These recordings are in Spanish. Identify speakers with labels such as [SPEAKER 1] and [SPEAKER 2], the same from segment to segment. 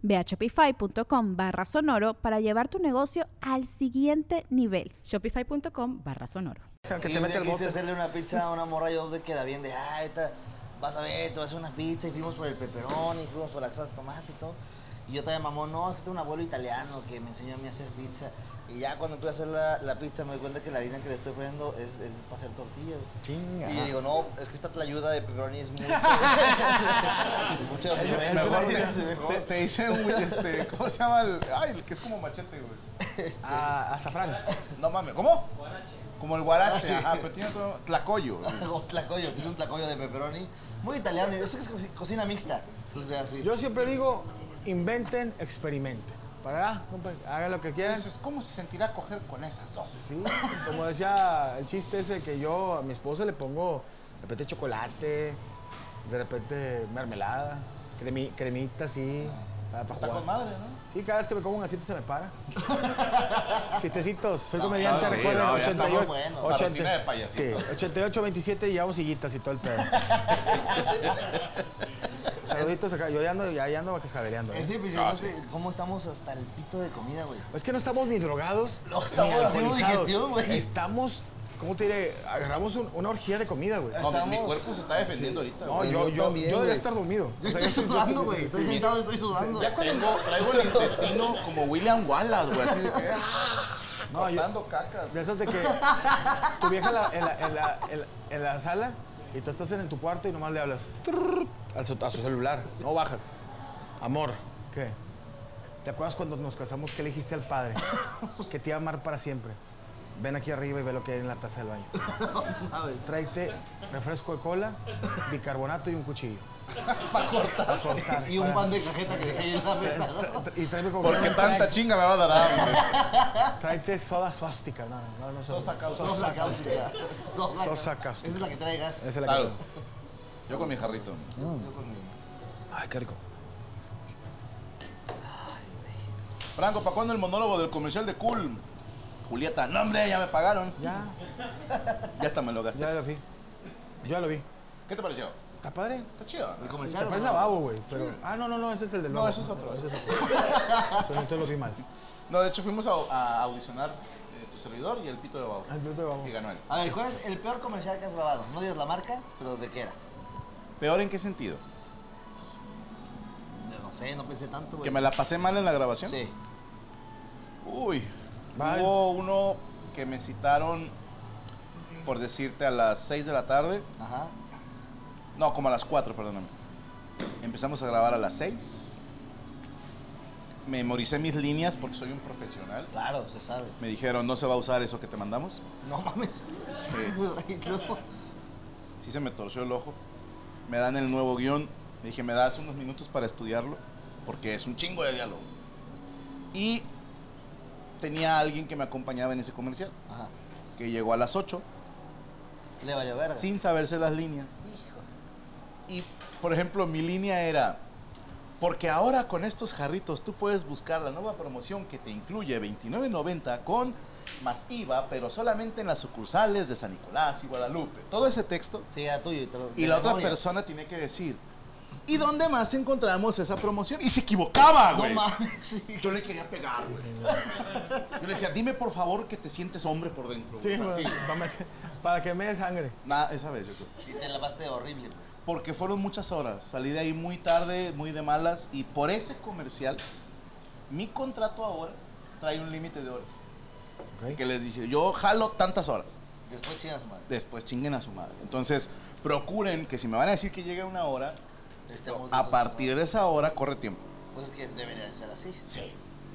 [SPEAKER 1] Ve a shopify.com barra sonoro para llevar tu negocio al siguiente nivel.
[SPEAKER 2] Shopify.com barra sonoro.
[SPEAKER 3] Que te mete el quise hacerle una pizza a una morra y donde queda bien de, ah, esta, vas a ver, te vas a hacer una pizza y fuimos por el peperón y fuimos por la salsa de tomate y todo. Y yo también mamón, no, este es un abuelo italiano que me enseñó a mí a hacer pizza. Y ya cuando empiezo a hacer la, la pizza me doy cuenta que la harina que le estoy poniendo es, es para hacer tortilla. güey.
[SPEAKER 4] Chinga.
[SPEAKER 3] Y yo digo, no, es que esta ayuda de pepperoni es mucho. mucho de
[SPEAKER 4] Te-
[SPEAKER 3] mejor,
[SPEAKER 4] Te, te hice un, este, ¿cómo se llama? El, ay, el que es como machete, güey.
[SPEAKER 5] Ah, azafrán.
[SPEAKER 4] No mames, ¿cómo? Como el guarache. Ah, pero tiene otro, tlacoyo.
[SPEAKER 3] O tlacoyo, es un tlacoyo de pepperoni. Muy italiano, y eso es co- cocina mixta. Entonces, así.
[SPEAKER 5] Yo siempre digo, inventen, experimenten. Para, compa, hagan lo que quieran.
[SPEAKER 4] Entonces, ¿cómo se sentirá coger con esas dos?
[SPEAKER 5] Sí, como decía el chiste ese que yo a mi esposa le pongo de repente chocolate, de repente mermelada, cremi- cremita así, para, para
[SPEAKER 4] Está
[SPEAKER 5] jugar.
[SPEAKER 4] con madre, ¿no?
[SPEAKER 5] Sí, cada vez que me como un gacito se me para. Chistecitos, soy
[SPEAKER 4] no,
[SPEAKER 5] comediante,
[SPEAKER 4] sí,
[SPEAKER 5] recuerden,
[SPEAKER 4] no, ya
[SPEAKER 3] estamos
[SPEAKER 5] 88,
[SPEAKER 3] buenos.
[SPEAKER 5] 80,
[SPEAKER 4] Rutina de payasito.
[SPEAKER 5] sí, 88, 27 y llevamos sillitas y todo el pedo. Saluditos acá, yo ya ando, ya, ya ando cascabeleando. ¿eh?
[SPEAKER 3] Es
[SPEAKER 4] Ah,
[SPEAKER 3] impresionante cómo estamos hasta el pito de comida, güey.
[SPEAKER 5] Es que no estamos ni drogados.
[SPEAKER 3] No, estamos
[SPEAKER 5] ni
[SPEAKER 3] haciendo
[SPEAKER 5] alcoholizados.
[SPEAKER 3] digestión, güey.
[SPEAKER 5] Estamos, ¿cómo te diré? Agarramos un- una orgía de comida, güey.
[SPEAKER 3] Ah,
[SPEAKER 4] No, mi-
[SPEAKER 3] Estamos-
[SPEAKER 4] mi cuerpo se está defendiendo ahorita,
[SPEAKER 5] No,
[SPEAKER 4] güey.
[SPEAKER 5] yo,
[SPEAKER 3] yo
[SPEAKER 5] yo,
[SPEAKER 3] también,
[SPEAKER 5] yo
[SPEAKER 3] güey.
[SPEAKER 5] debería estar dormido.
[SPEAKER 3] Yo
[SPEAKER 5] O sea,
[SPEAKER 3] estoy
[SPEAKER 5] soy-
[SPEAKER 3] sudando, güey. Estoy sentado y estoy sudando.
[SPEAKER 4] Ya cuando traigo el intestino como William Wallace, güey. Así de que,
[SPEAKER 5] No, yo-
[SPEAKER 4] dando cacas.
[SPEAKER 5] De esas de que tu vieja en la- en, la, en la- en la- en la sala y tú estás en tu cuarto y nomás le hablas trrr, al su- a su celular. No bajas. Amor, ¿qué? ¿Te acuerdas cuando nos casamos que le dijiste al padre que te iba a amar para siempre? Ven aquí arriba y ve lo que hay en la taza del baño.
[SPEAKER 3] Ay,
[SPEAKER 5] Tráete refresco de cola, bicarbonato y un cuchillo.
[SPEAKER 3] para
[SPEAKER 5] Pa'
[SPEAKER 3] cortar.
[SPEAKER 5] cortar,
[SPEAKER 3] y un
[SPEAKER 5] para-
[SPEAKER 3] pan de cajeta que dejé ahí en la mesa, ¿no?
[SPEAKER 5] Tra- Y tráeme como
[SPEAKER 4] Porque tanta chinga me va a dar hambre.
[SPEAKER 5] Tráete soda suástica. No, no, no.
[SPEAKER 4] Sosa causa.
[SPEAKER 3] Sosa cáustica. Sosa
[SPEAKER 5] Sosa
[SPEAKER 3] cá-
[SPEAKER 5] cáustica.
[SPEAKER 3] Esa es la que trae gas.
[SPEAKER 5] Esa es la que-
[SPEAKER 4] Claro. Yo con mi jarrito.
[SPEAKER 3] Yo con mi-
[SPEAKER 5] Ay, qué rico.
[SPEAKER 4] Franco, ¿para cuándo el monólogo del comercial de Cool? Julieta, no hombre, ya me pagaron.
[SPEAKER 5] Ya,
[SPEAKER 4] Ya hasta me lo gasté.
[SPEAKER 5] ya lo vi. Yo ya lo vi.
[SPEAKER 4] ¿Qué te pareció?
[SPEAKER 5] ¿Está padre?
[SPEAKER 4] Está chido.
[SPEAKER 3] El
[SPEAKER 4] ¿no?
[SPEAKER 3] comercial.
[SPEAKER 5] Te parece a
[SPEAKER 3] ¿no?
[SPEAKER 5] babo, güey. Pero... Ah, no, no, no, ese es el del babo.
[SPEAKER 4] No, ese es otro.
[SPEAKER 5] Ese es otro. Pero entonces lo vi mal.
[SPEAKER 4] No, de hecho fuimos a, a audicionar eh, tu servidor y el pito de babo.
[SPEAKER 5] Ah, el piloto de babo.
[SPEAKER 4] Y ganó él.
[SPEAKER 3] A ver, ¿cuál es el peor comercial que has grabado? No digas la marca, pero ¿de qué era?
[SPEAKER 4] ¿Peor en qué sentido?
[SPEAKER 3] Yo no sé, no pensé tanto, güey.
[SPEAKER 4] ¿Que me la pasé mal en la grabación?
[SPEAKER 3] Sí.
[SPEAKER 4] Uy,
[SPEAKER 5] Vale.
[SPEAKER 4] hubo uno que me citaron, por decirte, a las 6 de la tarde.
[SPEAKER 3] Ajá.
[SPEAKER 4] No, como a las 4, perdóname. Empezamos a grabar a las 6. Memoricé mis líneas porque soy un profesional.
[SPEAKER 3] Claro, se sabe.
[SPEAKER 4] Me dijeron, no se va a usar eso que te mandamos.
[SPEAKER 3] No mames. Ay, no.
[SPEAKER 4] Sí se me torció el ojo. Me dan el nuevo guión. Le dije, me das unos minutos para estudiarlo, porque es un chingo de diálogo. Y tenía alguien que me acompañaba en ese comercial,
[SPEAKER 3] Ajá.
[SPEAKER 4] que llegó a las 8,
[SPEAKER 3] Le valió verga.
[SPEAKER 4] sin saberse las líneas.
[SPEAKER 3] Hijo.
[SPEAKER 4] Y, por ejemplo, mi línea era, porque ahora con estos jarritos tú puedes buscar la nueva promoción que te incluye 29.90 con más IVA, pero solamente en las sucursales de San Nicolás y Guadalupe. Todo ese texto
[SPEAKER 3] Sí, era tuyo. Y, te lo-
[SPEAKER 4] Y
[SPEAKER 3] de
[SPEAKER 4] la otra
[SPEAKER 3] memoria.
[SPEAKER 4] persona tiene que decir, ¿y dónde más encontramos esa promoción? Y se equivocaba,
[SPEAKER 3] No
[SPEAKER 4] güey.
[SPEAKER 3] mames. sí.
[SPEAKER 4] Yo le quería pegar, güey. Yo le decía, dime por favor que te sientes hombre por dentro.
[SPEAKER 5] Sí,
[SPEAKER 4] güey. O sea,
[SPEAKER 5] güey, para, me- para que me dé sangre.
[SPEAKER 4] Nada, esa vez, yo creo.
[SPEAKER 3] Y te lavaste horrible, güey.
[SPEAKER 4] Porque fueron muchas horas. Salí de ahí muy tarde, muy de malas. Y por ese comercial, mi contrato ahora trae un límite de horas.
[SPEAKER 5] Ok.
[SPEAKER 4] Que les dice, yo jalo tantas horas.
[SPEAKER 3] Después chingan a su madre.
[SPEAKER 4] después chinguen a su madre. Entonces, procuren que si me van a decir que llegue a una hora,
[SPEAKER 3] Estemos
[SPEAKER 4] a
[SPEAKER 3] listos.
[SPEAKER 4] partir de esa hora corre tiempo.
[SPEAKER 3] Este, Pues es que debería de ser así.
[SPEAKER 4] Sí.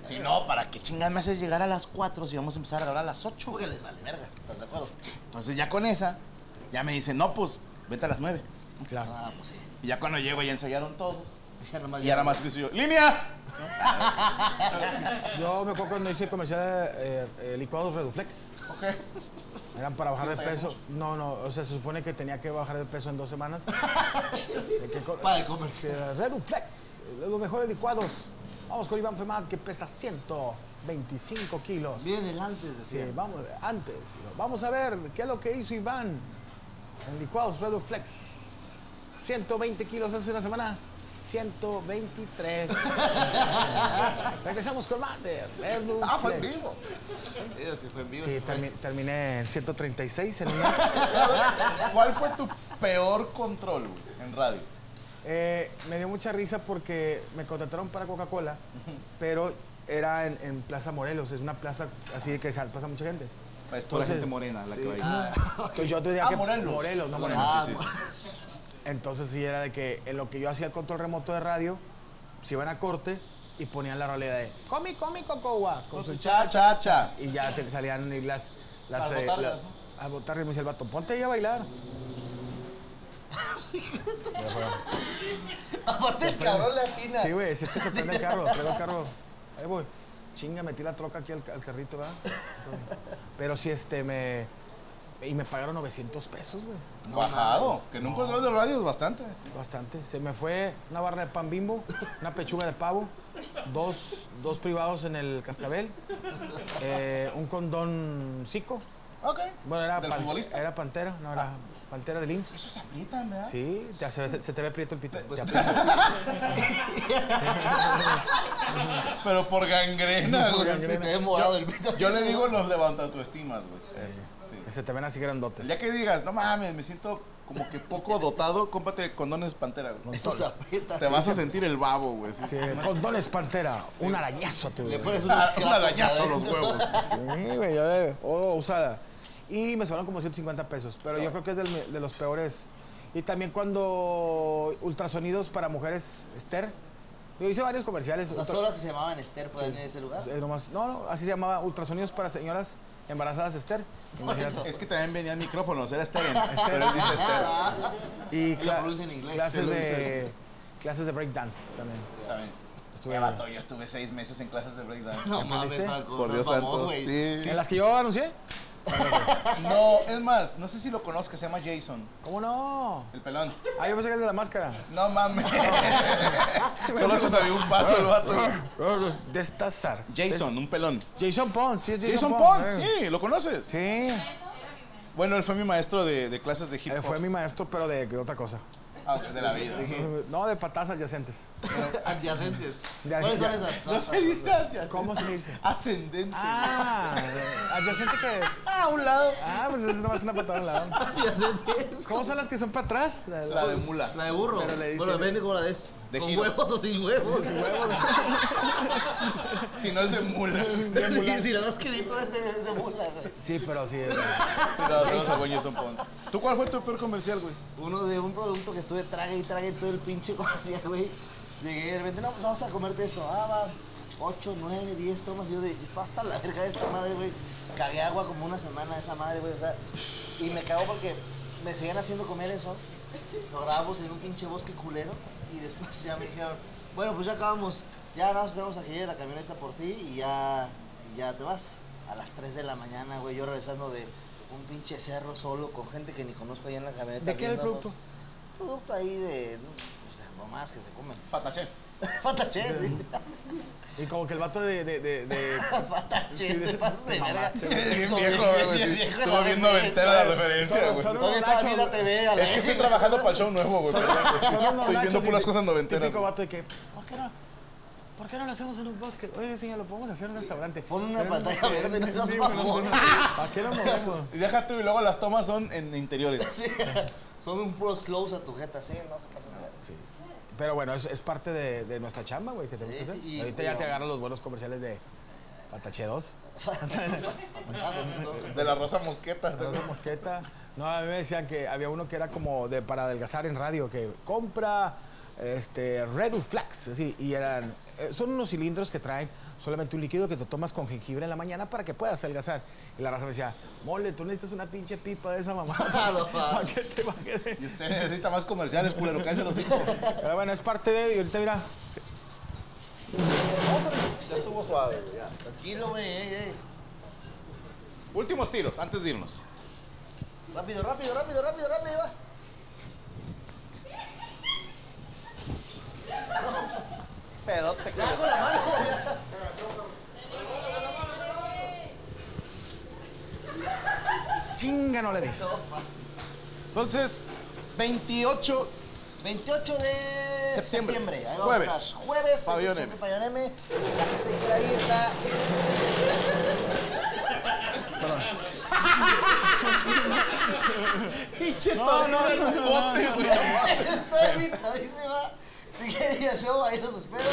[SPEAKER 4] Si no, ¿para qué chingas me haces llegar a las 4 si vamos a empezar a grabar a las 8?
[SPEAKER 3] Porque les vale verga, ¿estás de acuerdo?
[SPEAKER 4] Entonces ya con esa, ya me dicen, no, pues vete a las 9.
[SPEAKER 5] Claro.
[SPEAKER 3] Ah, pues sí.
[SPEAKER 4] Y ya cuando llego ya ensayaron todos.
[SPEAKER 3] Ya nomás
[SPEAKER 4] Y ahora más que yo, ¡línea!
[SPEAKER 5] Yo me acuerdo cuando hice comercial de eh, eh, licuados Reduflex.
[SPEAKER 4] Ok.
[SPEAKER 5] Eran para bajar de
[SPEAKER 4] ¿Sí te
[SPEAKER 5] peso. No, no, o sea, se supone que tenía que bajar de peso en dos semanas. ¿De qué co-
[SPEAKER 3] Para el comercial.
[SPEAKER 5] Eh, Reduflex, de los mejores licuados. Vamos con Iván Femad, que pesa 125 kilos.
[SPEAKER 3] Miren el antes,
[SPEAKER 5] Sí,
[SPEAKER 3] decía.
[SPEAKER 5] Eh, vamos, antes, vamos a ver qué es lo que hizo Iván en licuados Reduflex. 120 kilos hace una semana, 123. Regresamos con más de Reduflex.
[SPEAKER 3] Ah, fue en vivo. Es que fue en vivo.
[SPEAKER 5] Sí,
[SPEAKER 3] ese fue-
[SPEAKER 5] termi- terminé en 136 en una.
[SPEAKER 4] ¿Cuál fue tu peor control güey, en radio?
[SPEAKER 5] Eh, me dio mucha risa porque me contrataron para Coca-Cola, pero era en, en Plaza Morelos, es una plaza así de que ja- pasa mucha gente.
[SPEAKER 4] Es pura
[SPEAKER 5] Entonces,
[SPEAKER 4] gente morena la que va a ir.
[SPEAKER 5] Entonces yo tenía
[SPEAKER 4] Ah,
[SPEAKER 5] que
[SPEAKER 4] Morelos.
[SPEAKER 5] Morelos, no Morelos.
[SPEAKER 4] Ah, sí, sí,
[SPEAKER 5] Entonces sí era de que en lo que yo hacía el control remoto de radio, se iban a corte y ponían la realidad de Comi, comi, cocoa, con
[SPEAKER 4] sí.
[SPEAKER 5] su
[SPEAKER 4] Cha, cha, cha.
[SPEAKER 5] y ya te salían y las las
[SPEAKER 4] Las botargas,
[SPEAKER 5] las- las botargas. y me dice el vato, ponte ahí a bailar.
[SPEAKER 3] Aparte, el cabrón latina.
[SPEAKER 5] Sí, güey, si es que se prende el carro, traigo el carro. Ahí voy. Chinga, metí la troca aquí al, ca- al carrito, ¿verdad? Pero sí, este, me... Y me pagaron 900 pesos, güey.
[SPEAKER 3] No
[SPEAKER 4] Bajado.
[SPEAKER 3] mames.
[SPEAKER 4] que en un control de radio es bastante.
[SPEAKER 5] Bastante. Se me fue una barra de pan bimbo, una pechuga de pavo, dos, dos privados en el cascabel, eh, un condón cico.
[SPEAKER 4] Ok.
[SPEAKER 5] Bueno, era,
[SPEAKER 4] Del
[SPEAKER 5] pan-
[SPEAKER 4] futbolista.
[SPEAKER 5] era pantera, no era pantera del IMSS.
[SPEAKER 4] Eso se aprietan, ¿verdad?
[SPEAKER 5] Sí, te hace- se, se te ve prieto el pito.
[SPEAKER 3] Pues-
[SPEAKER 5] Te aprieta.
[SPEAKER 4] Pero por gangrena,
[SPEAKER 5] Por
[SPEAKER 4] güey.
[SPEAKER 5] gangrena.
[SPEAKER 3] Te he morado el pito.
[SPEAKER 4] Yo le digo los levanta autoestimas, güey. Esos, sí.
[SPEAKER 5] se te ven así grandote.
[SPEAKER 4] El día que digas, no mames, me siento como que poco dotado, cómprate condones pantera, güey.
[SPEAKER 3] Eso se aprieta.
[SPEAKER 4] Te vas a sentir el babo, güey. sí.
[SPEAKER 5] Sí, condones pantera, un arañazo, tú.
[SPEAKER 3] Le pones unos
[SPEAKER 4] Ah, Un
[SPEAKER 3] cratos
[SPEAKER 4] arañazo a
[SPEAKER 3] adentro.
[SPEAKER 4] los huevos.
[SPEAKER 5] Sí, güey, ya de- oh, usada. Y me sonaron como 150 pesos, pero yo creo que es del me- de los peores. Y también cuando ultrasonidos para mujeres, Esther. Yo hice varios comerciales.
[SPEAKER 3] O sea,
[SPEAKER 5] ultra-
[SPEAKER 3] solo que se llamaban Esther, pueden ir a ese lugar.
[SPEAKER 5] eh, nomás- no, no, así se llamaba ultrasonidos para señoras embarazadas, Esther.
[SPEAKER 3] Por eso.
[SPEAKER 4] Es que también venían micrófonos, era Esther. Pero él dice Esther.
[SPEAKER 3] Ah.
[SPEAKER 5] Y
[SPEAKER 3] lo
[SPEAKER 5] cla-
[SPEAKER 3] pronuncia en inglés.
[SPEAKER 5] clases
[SPEAKER 4] Sí, lo
[SPEAKER 5] de
[SPEAKER 4] dice.
[SPEAKER 5] clases de breakdance también.
[SPEAKER 4] También.
[SPEAKER 5] Estuve-
[SPEAKER 4] Eh, vato, yo estuve seis meses en clases de breakdance.
[SPEAKER 3] No mames,
[SPEAKER 5] ¿Aprendiste?
[SPEAKER 3] Franco.
[SPEAKER 4] Por
[SPEAKER 3] no
[SPEAKER 4] Dios
[SPEAKER 3] mamón,
[SPEAKER 4] santo.
[SPEAKER 3] güey.
[SPEAKER 4] Sí.
[SPEAKER 5] ¿En las que yo anuncié?
[SPEAKER 4] No, es más, no sé si lo conozcas, se llama Jason,
[SPEAKER 5] ¿Cómo no?
[SPEAKER 4] el pelón.
[SPEAKER 5] Ah, yo pensé que era el de la máscara.
[SPEAKER 4] No mames. Solo se sabía un paso el vato.
[SPEAKER 5] Destazar.
[SPEAKER 4] Jason, un pelón.
[SPEAKER 5] Jason Pons, sí es Jason,
[SPEAKER 4] Jason
[SPEAKER 5] Pons.
[SPEAKER 4] Pond,
[SPEAKER 5] eh.
[SPEAKER 4] sí, ¿lo conoces?
[SPEAKER 5] Sí.
[SPEAKER 4] Bueno, él fue mi maestro de, de clases de hip
[SPEAKER 5] Eh,
[SPEAKER 4] hop.
[SPEAKER 5] fue mi maestro, pero de, de otra cosa.
[SPEAKER 4] Ah, de la vida.
[SPEAKER 5] No, de patadas adyacentes.
[SPEAKER 3] Adyacentes.
[SPEAKER 5] De
[SPEAKER 3] ¿Cuáles son
[SPEAKER 5] ya-
[SPEAKER 3] esas?
[SPEAKER 4] No se dice adyacente.
[SPEAKER 5] ¿Cómo se dice?
[SPEAKER 4] Ascendente.
[SPEAKER 5] Ah, adyacente que.
[SPEAKER 4] Ah, a un lado.
[SPEAKER 5] Ah, pues es nomás una patada al lado.
[SPEAKER 3] Adyacentes.
[SPEAKER 5] ¿Cómo son las que son para atrás? La- la-
[SPEAKER 4] La de mula.
[SPEAKER 3] La de burro.
[SPEAKER 5] Pero le
[SPEAKER 3] Bueno,
[SPEAKER 5] dicen-
[SPEAKER 3] depende cómo la des.
[SPEAKER 4] De
[SPEAKER 3] ¿Con
[SPEAKER 4] giro.
[SPEAKER 3] huevos o sin huevos?
[SPEAKER 4] Si no es de mula.
[SPEAKER 3] Sí, si la das quedito es de, es de mula, güey.
[SPEAKER 5] Sí, pero sí. es-
[SPEAKER 4] No, no, no, buen Jason Pond. ¿Tú cuál fue tu peor comercial, güey?
[SPEAKER 3] Uno de un producto que estuve trague y trague todo el pinche comercial, güey. Llegué y de repente, no, pues vamos a comerte esto. Ah, va. 8, 9, 10 tomas. Y yo de, esto hasta la verga de esta madre, güey. Cagué agua como una semana de esa madre, güey. O sea, y me cago porque me seguían haciendo comer eso. Lo grabamos en un pinche bosque culero. Y después ya me dijeron, bueno, pues ya acabamos. Ya nada más esperamos a que llegue la camioneta por ti y ya, y ya te vas. A las 3 de la mañana, güey, yo regresando de un pinche cerro solo con gente que ni conozco allá en la camioneta.
[SPEAKER 5] ¿De qué era el
[SPEAKER 3] viéndonos.
[SPEAKER 5] producto?
[SPEAKER 3] Producto ahí de no, pues, mamás que se comen.
[SPEAKER 4] Fatache.
[SPEAKER 3] Fatache, sí.
[SPEAKER 5] Y como que el vato de. de, de, de-
[SPEAKER 3] Fatache,
[SPEAKER 5] Sí,
[SPEAKER 3] te pasas de verga.
[SPEAKER 5] mamaste,
[SPEAKER 4] Bien
[SPEAKER 3] Esto,
[SPEAKER 4] viejo,
[SPEAKER 3] bien,
[SPEAKER 4] güey.
[SPEAKER 3] bien
[SPEAKER 4] sí.
[SPEAKER 3] viejo,
[SPEAKER 4] Estuvo
[SPEAKER 3] la
[SPEAKER 4] bien
[SPEAKER 3] verga,
[SPEAKER 4] noventera la
[SPEAKER 3] güey.
[SPEAKER 4] referencia,
[SPEAKER 5] Son-
[SPEAKER 4] güey.
[SPEAKER 5] son-
[SPEAKER 3] ¿Dónde está
[SPEAKER 5] Nacho,
[SPEAKER 3] Vida
[SPEAKER 5] güey.
[SPEAKER 3] TV? a la
[SPEAKER 4] Es que estoy
[SPEAKER 3] verga?
[SPEAKER 4] trabajando para el show nuevo, güey.
[SPEAKER 5] son unos
[SPEAKER 4] Estoy viendo
[SPEAKER 5] nachos y
[SPEAKER 4] puras
[SPEAKER 5] tí-
[SPEAKER 4] cosas noventeras.
[SPEAKER 5] Típico
[SPEAKER 4] güey.
[SPEAKER 5] vato de que. ¿Por qué no? ¿Por qué no lo hacemos en un bosque? Oye, señor, lo podemos hacer en un restaurante.
[SPEAKER 3] Pon una
[SPEAKER 5] Pero en un
[SPEAKER 3] pantalla
[SPEAKER 5] bosque,
[SPEAKER 3] verde, no
[SPEAKER 5] sí,
[SPEAKER 3] seas
[SPEAKER 5] sí, güey, no sé,
[SPEAKER 3] mamón.
[SPEAKER 5] no sé. ¿Para qué lo movemos?
[SPEAKER 4] Y deja tú y luego las tomas son en interiores.
[SPEAKER 3] Sí. Son un pros close a tu jeta, sí, no se pasa nada.
[SPEAKER 5] Sí. Pero bueno, es, es parte de, de nuestra chamba, güey, que tenemos
[SPEAKER 3] Sí,
[SPEAKER 5] que hacer.
[SPEAKER 3] sí, y-
[SPEAKER 5] Ahorita
[SPEAKER 3] y-
[SPEAKER 5] ya te agarran los buenos comerciales de Patache 2.
[SPEAKER 4] De la Rosa Mosqueta.
[SPEAKER 5] Rosa Mosqueta. No, a mí me decían que había uno que era como de para adelgazar en radio, que compra este Red Flax, así, y eran eh, son unos cilindros que traen solamente un líquido que te tomas con jengibre en la mañana para que puedas adelgazar. Y la raza me decía, "Mole, tú necesitas una pinche pipa de esa mamá."
[SPEAKER 4] No,
[SPEAKER 5] para que te baje de-".
[SPEAKER 4] Y usted necesita más comerciales, culero, cállese los hijos.
[SPEAKER 5] Pero bueno, es parte de y ahorita mira,
[SPEAKER 4] Vamos a- Ya estuvo suave, güey, ya.
[SPEAKER 3] Tranquilo, güey. ey, ey.
[SPEAKER 4] Últimos tiros, antes de irnos.
[SPEAKER 3] Rápido, rápido, rápido, rápido, rápido. va.
[SPEAKER 4] Pedote, que
[SPEAKER 3] Ya, con la mano. ya.
[SPEAKER 5] chinga no le di.
[SPEAKER 4] Entonces, 28.
[SPEAKER 3] 28 de
[SPEAKER 4] Septiembre.
[SPEAKER 3] septiembre. Ahí vamos
[SPEAKER 4] Jueves.
[SPEAKER 3] a estar. Jueves.
[SPEAKER 4] Pabellón
[SPEAKER 3] 28
[SPEAKER 4] M.
[SPEAKER 3] de Pabellón M. La gente que quiera ir está.
[SPEAKER 5] No, no, no, no, no.
[SPEAKER 3] está invitadísima. Si quieren ir al show, ahí los espero.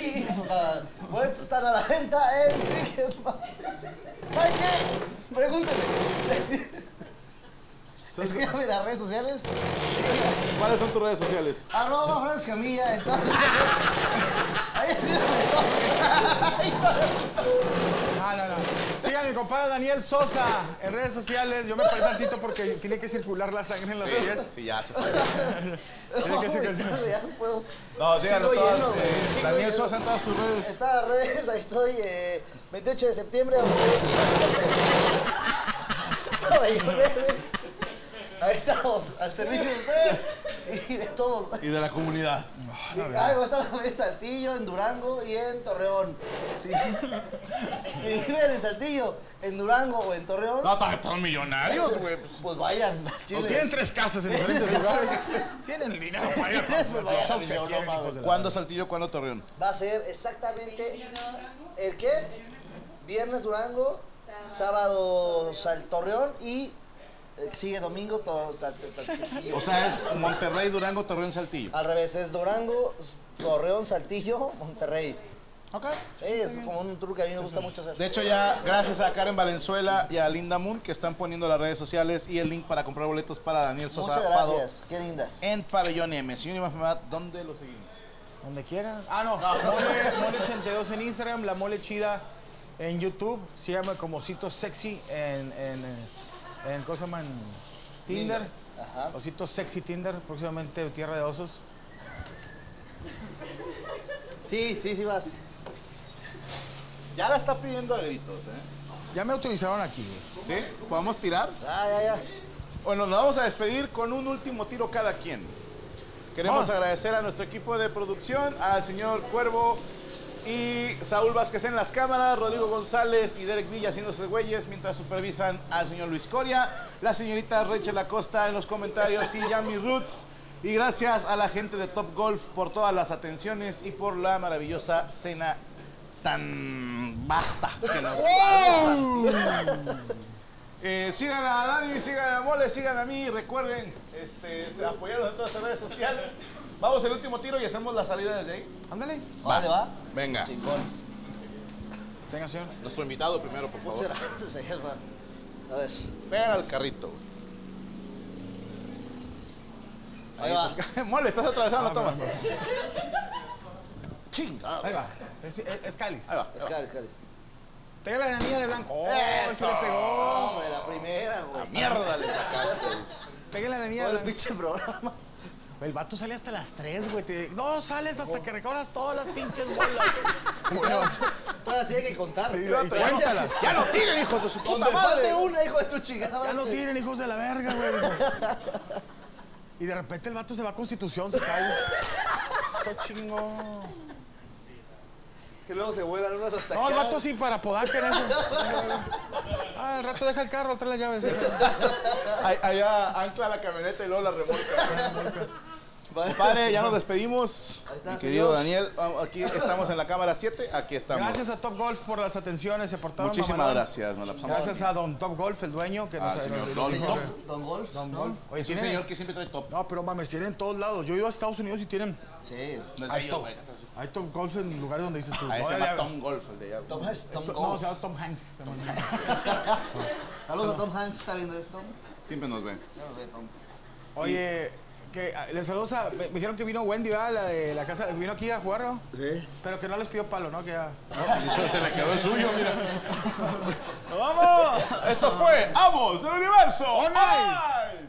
[SPEAKER 3] Y pues nada, boletos están a la venta en Ticketmaster. ¿Saben qué? Pregúntenle. Escríbame en las redes sociales.
[SPEAKER 4] ¿Cuáles son tus redes sociales?
[SPEAKER 3] Arroba Frank Escamilla, entonces. Ahí sí me toca.
[SPEAKER 5] No, no, no. Sigan a mi compadre Daniel Sosa en redes sociales. Yo me paré tantito porque tiene que circular la sangre en las redes.
[SPEAKER 4] Sí, ya se fue.
[SPEAKER 5] Tiene que
[SPEAKER 3] No,
[SPEAKER 5] ser
[SPEAKER 3] güey,
[SPEAKER 5] que-
[SPEAKER 3] ya no puedo.
[SPEAKER 4] No, síganlo
[SPEAKER 3] Sigo
[SPEAKER 4] todas.
[SPEAKER 3] lleno, güey,
[SPEAKER 4] eh,
[SPEAKER 3] sigo
[SPEAKER 4] Daniel
[SPEAKER 3] lleno.
[SPEAKER 4] Sosa en todas sus redes.
[SPEAKER 3] Está en las redes, ahí estoy, eh, 28 de septiembre. Pabellón M. Ahí estamos, al servicio de ustedes y de todos.
[SPEAKER 4] Y de la comunidad.
[SPEAKER 3] Y, ay, voy a estar también en Saltillo, en Durango y en Torreón. Si, si viven en Saltillo, en Durango o en Torreón,
[SPEAKER 4] No, ta- están millonarios, güey.
[SPEAKER 3] pues vayan. al
[SPEAKER 5] O
[SPEAKER 3] Chile.
[SPEAKER 5] tienen tres casas en diferentes lugares. Tienen el dinero para ir a todos los
[SPEAKER 3] Vaya,
[SPEAKER 5] shows que
[SPEAKER 3] yo no
[SPEAKER 5] quieren,
[SPEAKER 3] mames.
[SPEAKER 5] hijos de la-
[SPEAKER 4] ¿Cuándo Saltillo, cuándo Torreón?
[SPEAKER 3] Va a ser exactamente. ¿El qué? Viernes Durango, sábado Sal Torreón y eh, sigue domingo. Tor- ta- ta- ta-
[SPEAKER 4] O sea, es Monterrey, Durango, Torreón, Saltillo.
[SPEAKER 3] Al revés, es Durango, S- Torreón, Saltillo, Monterrey.
[SPEAKER 4] Ok.
[SPEAKER 3] Sí, es como un truco que a mí me gusta mucho hacer.
[SPEAKER 4] De hecho, ya gracias a Karen Valenzuela y a Linda Moon que están poniendo las redes sociales y el link para comprar boletos para Daniel Sosa
[SPEAKER 3] Muchas
[SPEAKER 4] Fado eh,
[SPEAKER 3] gracias, qué lindas.
[SPEAKER 4] en Pabellón M. Señor Iván Femat, ¿dónde lo seguimos?
[SPEAKER 5] Donde quieran. Ah, no. Mole, Mole 82 en Instagram, La Mole Chida en YouTube. Síganme como Osito Sexy en, en, eh, en, ¿cómo se llama? En Tinder.
[SPEAKER 3] Ajá.
[SPEAKER 5] Osito Sexy Tinder, próximamente Tierra de Osos.
[SPEAKER 3] Sí, sí, sí vas.
[SPEAKER 4] Ya la está pidiendo a gritos, ¿eh?
[SPEAKER 5] Ya me autorizaron aquí, güey.
[SPEAKER 4] ¿Sí? ¿Podemos tirar?
[SPEAKER 3] Ah, ya, ya.
[SPEAKER 4] Bueno, nos vamos a despedir con un último tiro cada quien. Queremos
[SPEAKER 5] Ah.
[SPEAKER 3] Oh.
[SPEAKER 4] agradecer a nuestro equipo de producción, al señor Cuervo y Saúl Vázquez en las cámaras, Rodrigo González y Derek Villa haciéndose güeyes mientras supervisan al señor Luis Coria, la señorita Rachel Acosta en los comentarios y Yami Roots. Y gracias a la gente de Top Golf por todas las atenciones y por la maravillosa cena tan vasta que nos
[SPEAKER 3] Oh.
[SPEAKER 4] eh, sigan a Dani, sigan a Mole, sigan a mí. Recuerden este, apoyarnos en todas las redes sociales. Vamos al último tiro y hacemos la salida desde ahí.
[SPEAKER 5] Ándale.
[SPEAKER 3] Vale, va.
[SPEAKER 4] Venga.
[SPEAKER 3] Chingón.
[SPEAKER 5] Tenga, señor.
[SPEAKER 4] Nuestro invitado primero, por
[SPEAKER 3] Muchas gracias, va. A ver.
[SPEAKER 4] Pega al carrito. güey.
[SPEAKER 3] Ahí va.
[SPEAKER 4] Mole, estás atravesando, toma.
[SPEAKER 3] Chingado.
[SPEAKER 5] Ahí va. Es, es, es cáliz.
[SPEAKER 4] Ahí va.
[SPEAKER 3] Escales, escales.
[SPEAKER 5] Pega la niña de blanco. ¡Oh!
[SPEAKER 4] Eso.
[SPEAKER 5] Se le pegó.
[SPEAKER 3] Hombre, la primera, güey.
[SPEAKER 4] Mierda, le sacaste.
[SPEAKER 5] Pega la niña
[SPEAKER 3] Todo
[SPEAKER 5] de
[SPEAKER 3] el
[SPEAKER 5] blanco.
[SPEAKER 3] pinche programa.
[SPEAKER 5] El vato sale hasta las 3, güey. te- No sales hasta que recorras todas las pinches bolas.
[SPEAKER 3] Todas las tiene que contar.
[SPEAKER 5] Sí,
[SPEAKER 3] Y
[SPEAKER 5] güey, y
[SPEAKER 3] ya-
[SPEAKER 5] cuéntalas.
[SPEAKER 4] Ya no tiren, hijos de su puta
[SPEAKER 3] Donde
[SPEAKER 4] madre.
[SPEAKER 3] falte una, hijo de tu chingada.
[SPEAKER 5] Ya no
[SPEAKER 3] madre.
[SPEAKER 5] tienen hijos de la verga, güey. Y de repente el vato se va a Constitución, se cae. Eso chingo.
[SPEAKER 3] Que luego se vuelan unas hasta
[SPEAKER 5] No, el
[SPEAKER 3] acá.
[SPEAKER 5] vato sí para podar en eso. Ah, al rato deja el carro, trae las llaves.
[SPEAKER 4] Ay- Allá ancla la camioneta y luego la remolca. Compadre, ya nos despedimos.
[SPEAKER 3] Ahí está,
[SPEAKER 4] Mi querido
[SPEAKER 3] adiós.
[SPEAKER 4] Daniel, vamos, aquí estamos en la cámara 7, aquí estamos.
[SPEAKER 5] Gracias a Top Golf por las atenciones, se portaron
[SPEAKER 4] Muchísimas
[SPEAKER 5] mamalón.
[SPEAKER 4] gracias, nos la pasamos
[SPEAKER 5] Gracias
[SPEAKER 4] bien.
[SPEAKER 5] a Don Top Golf, el dueño, que
[SPEAKER 4] Ah,
[SPEAKER 5] nos,
[SPEAKER 4] señor
[SPEAKER 5] nos-
[SPEAKER 4] Don
[SPEAKER 5] nos-
[SPEAKER 4] Golf.
[SPEAKER 3] Don, Don Golf.
[SPEAKER 5] Don
[SPEAKER 3] ¿no?
[SPEAKER 5] Golf. Oye,
[SPEAKER 4] Es un
[SPEAKER 5] tiene-
[SPEAKER 4] señor que siempre trae top.
[SPEAKER 5] No, pero mames, tienen en todos lados. Yo he ido a Estados Unidos y tienen.
[SPEAKER 3] Sí.
[SPEAKER 4] No es de
[SPEAKER 5] Hay
[SPEAKER 4] ellos,
[SPEAKER 5] Top,
[SPEAKER 4] güey.
[SPEAKER 5] hay top Golf en lugares donde dices tú.
[SPEAKER 4] A ese
[SPEAKER 5] no,
[SPEAKER 4] se
[SPEAKER 5] ya-
[SPEAKER 4] llama Tom Golf, el de allá.
[SPEAKER 3] Tom, Hanks, Tom
[SPEAKER 5] esto- no,
[SPEAKER 3] Golf.
[SPEAKER 5] se llama Tom Hanks. se llama.
[SPEAKER 3] Saludos a Tom Hanks, ¿está viendo esto?
[SPEAKER 4] Siempre nos ven.
[SPEAKER 3] Ya lo ve, Tom.
[SPEAKER 5] Oye, que, ah, les saludos a. Me, me dijeron que vino Wendy, ¿verdad? La de la casa. Vino aquí a jugar, ¿no?
[SPEAKER 3] Sí.
[SPEAKER 5] Pero que no les pidió palo, ¿no? Que ya.
[SPEAKER 4] Eso se le quedó el suyo, mira.
[SPEAKER 5] ¡Nos vamos!
[SPEAKER 4] Esto fue Amos del Universo. Bye.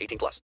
[SPEAKER 6] 18 plus.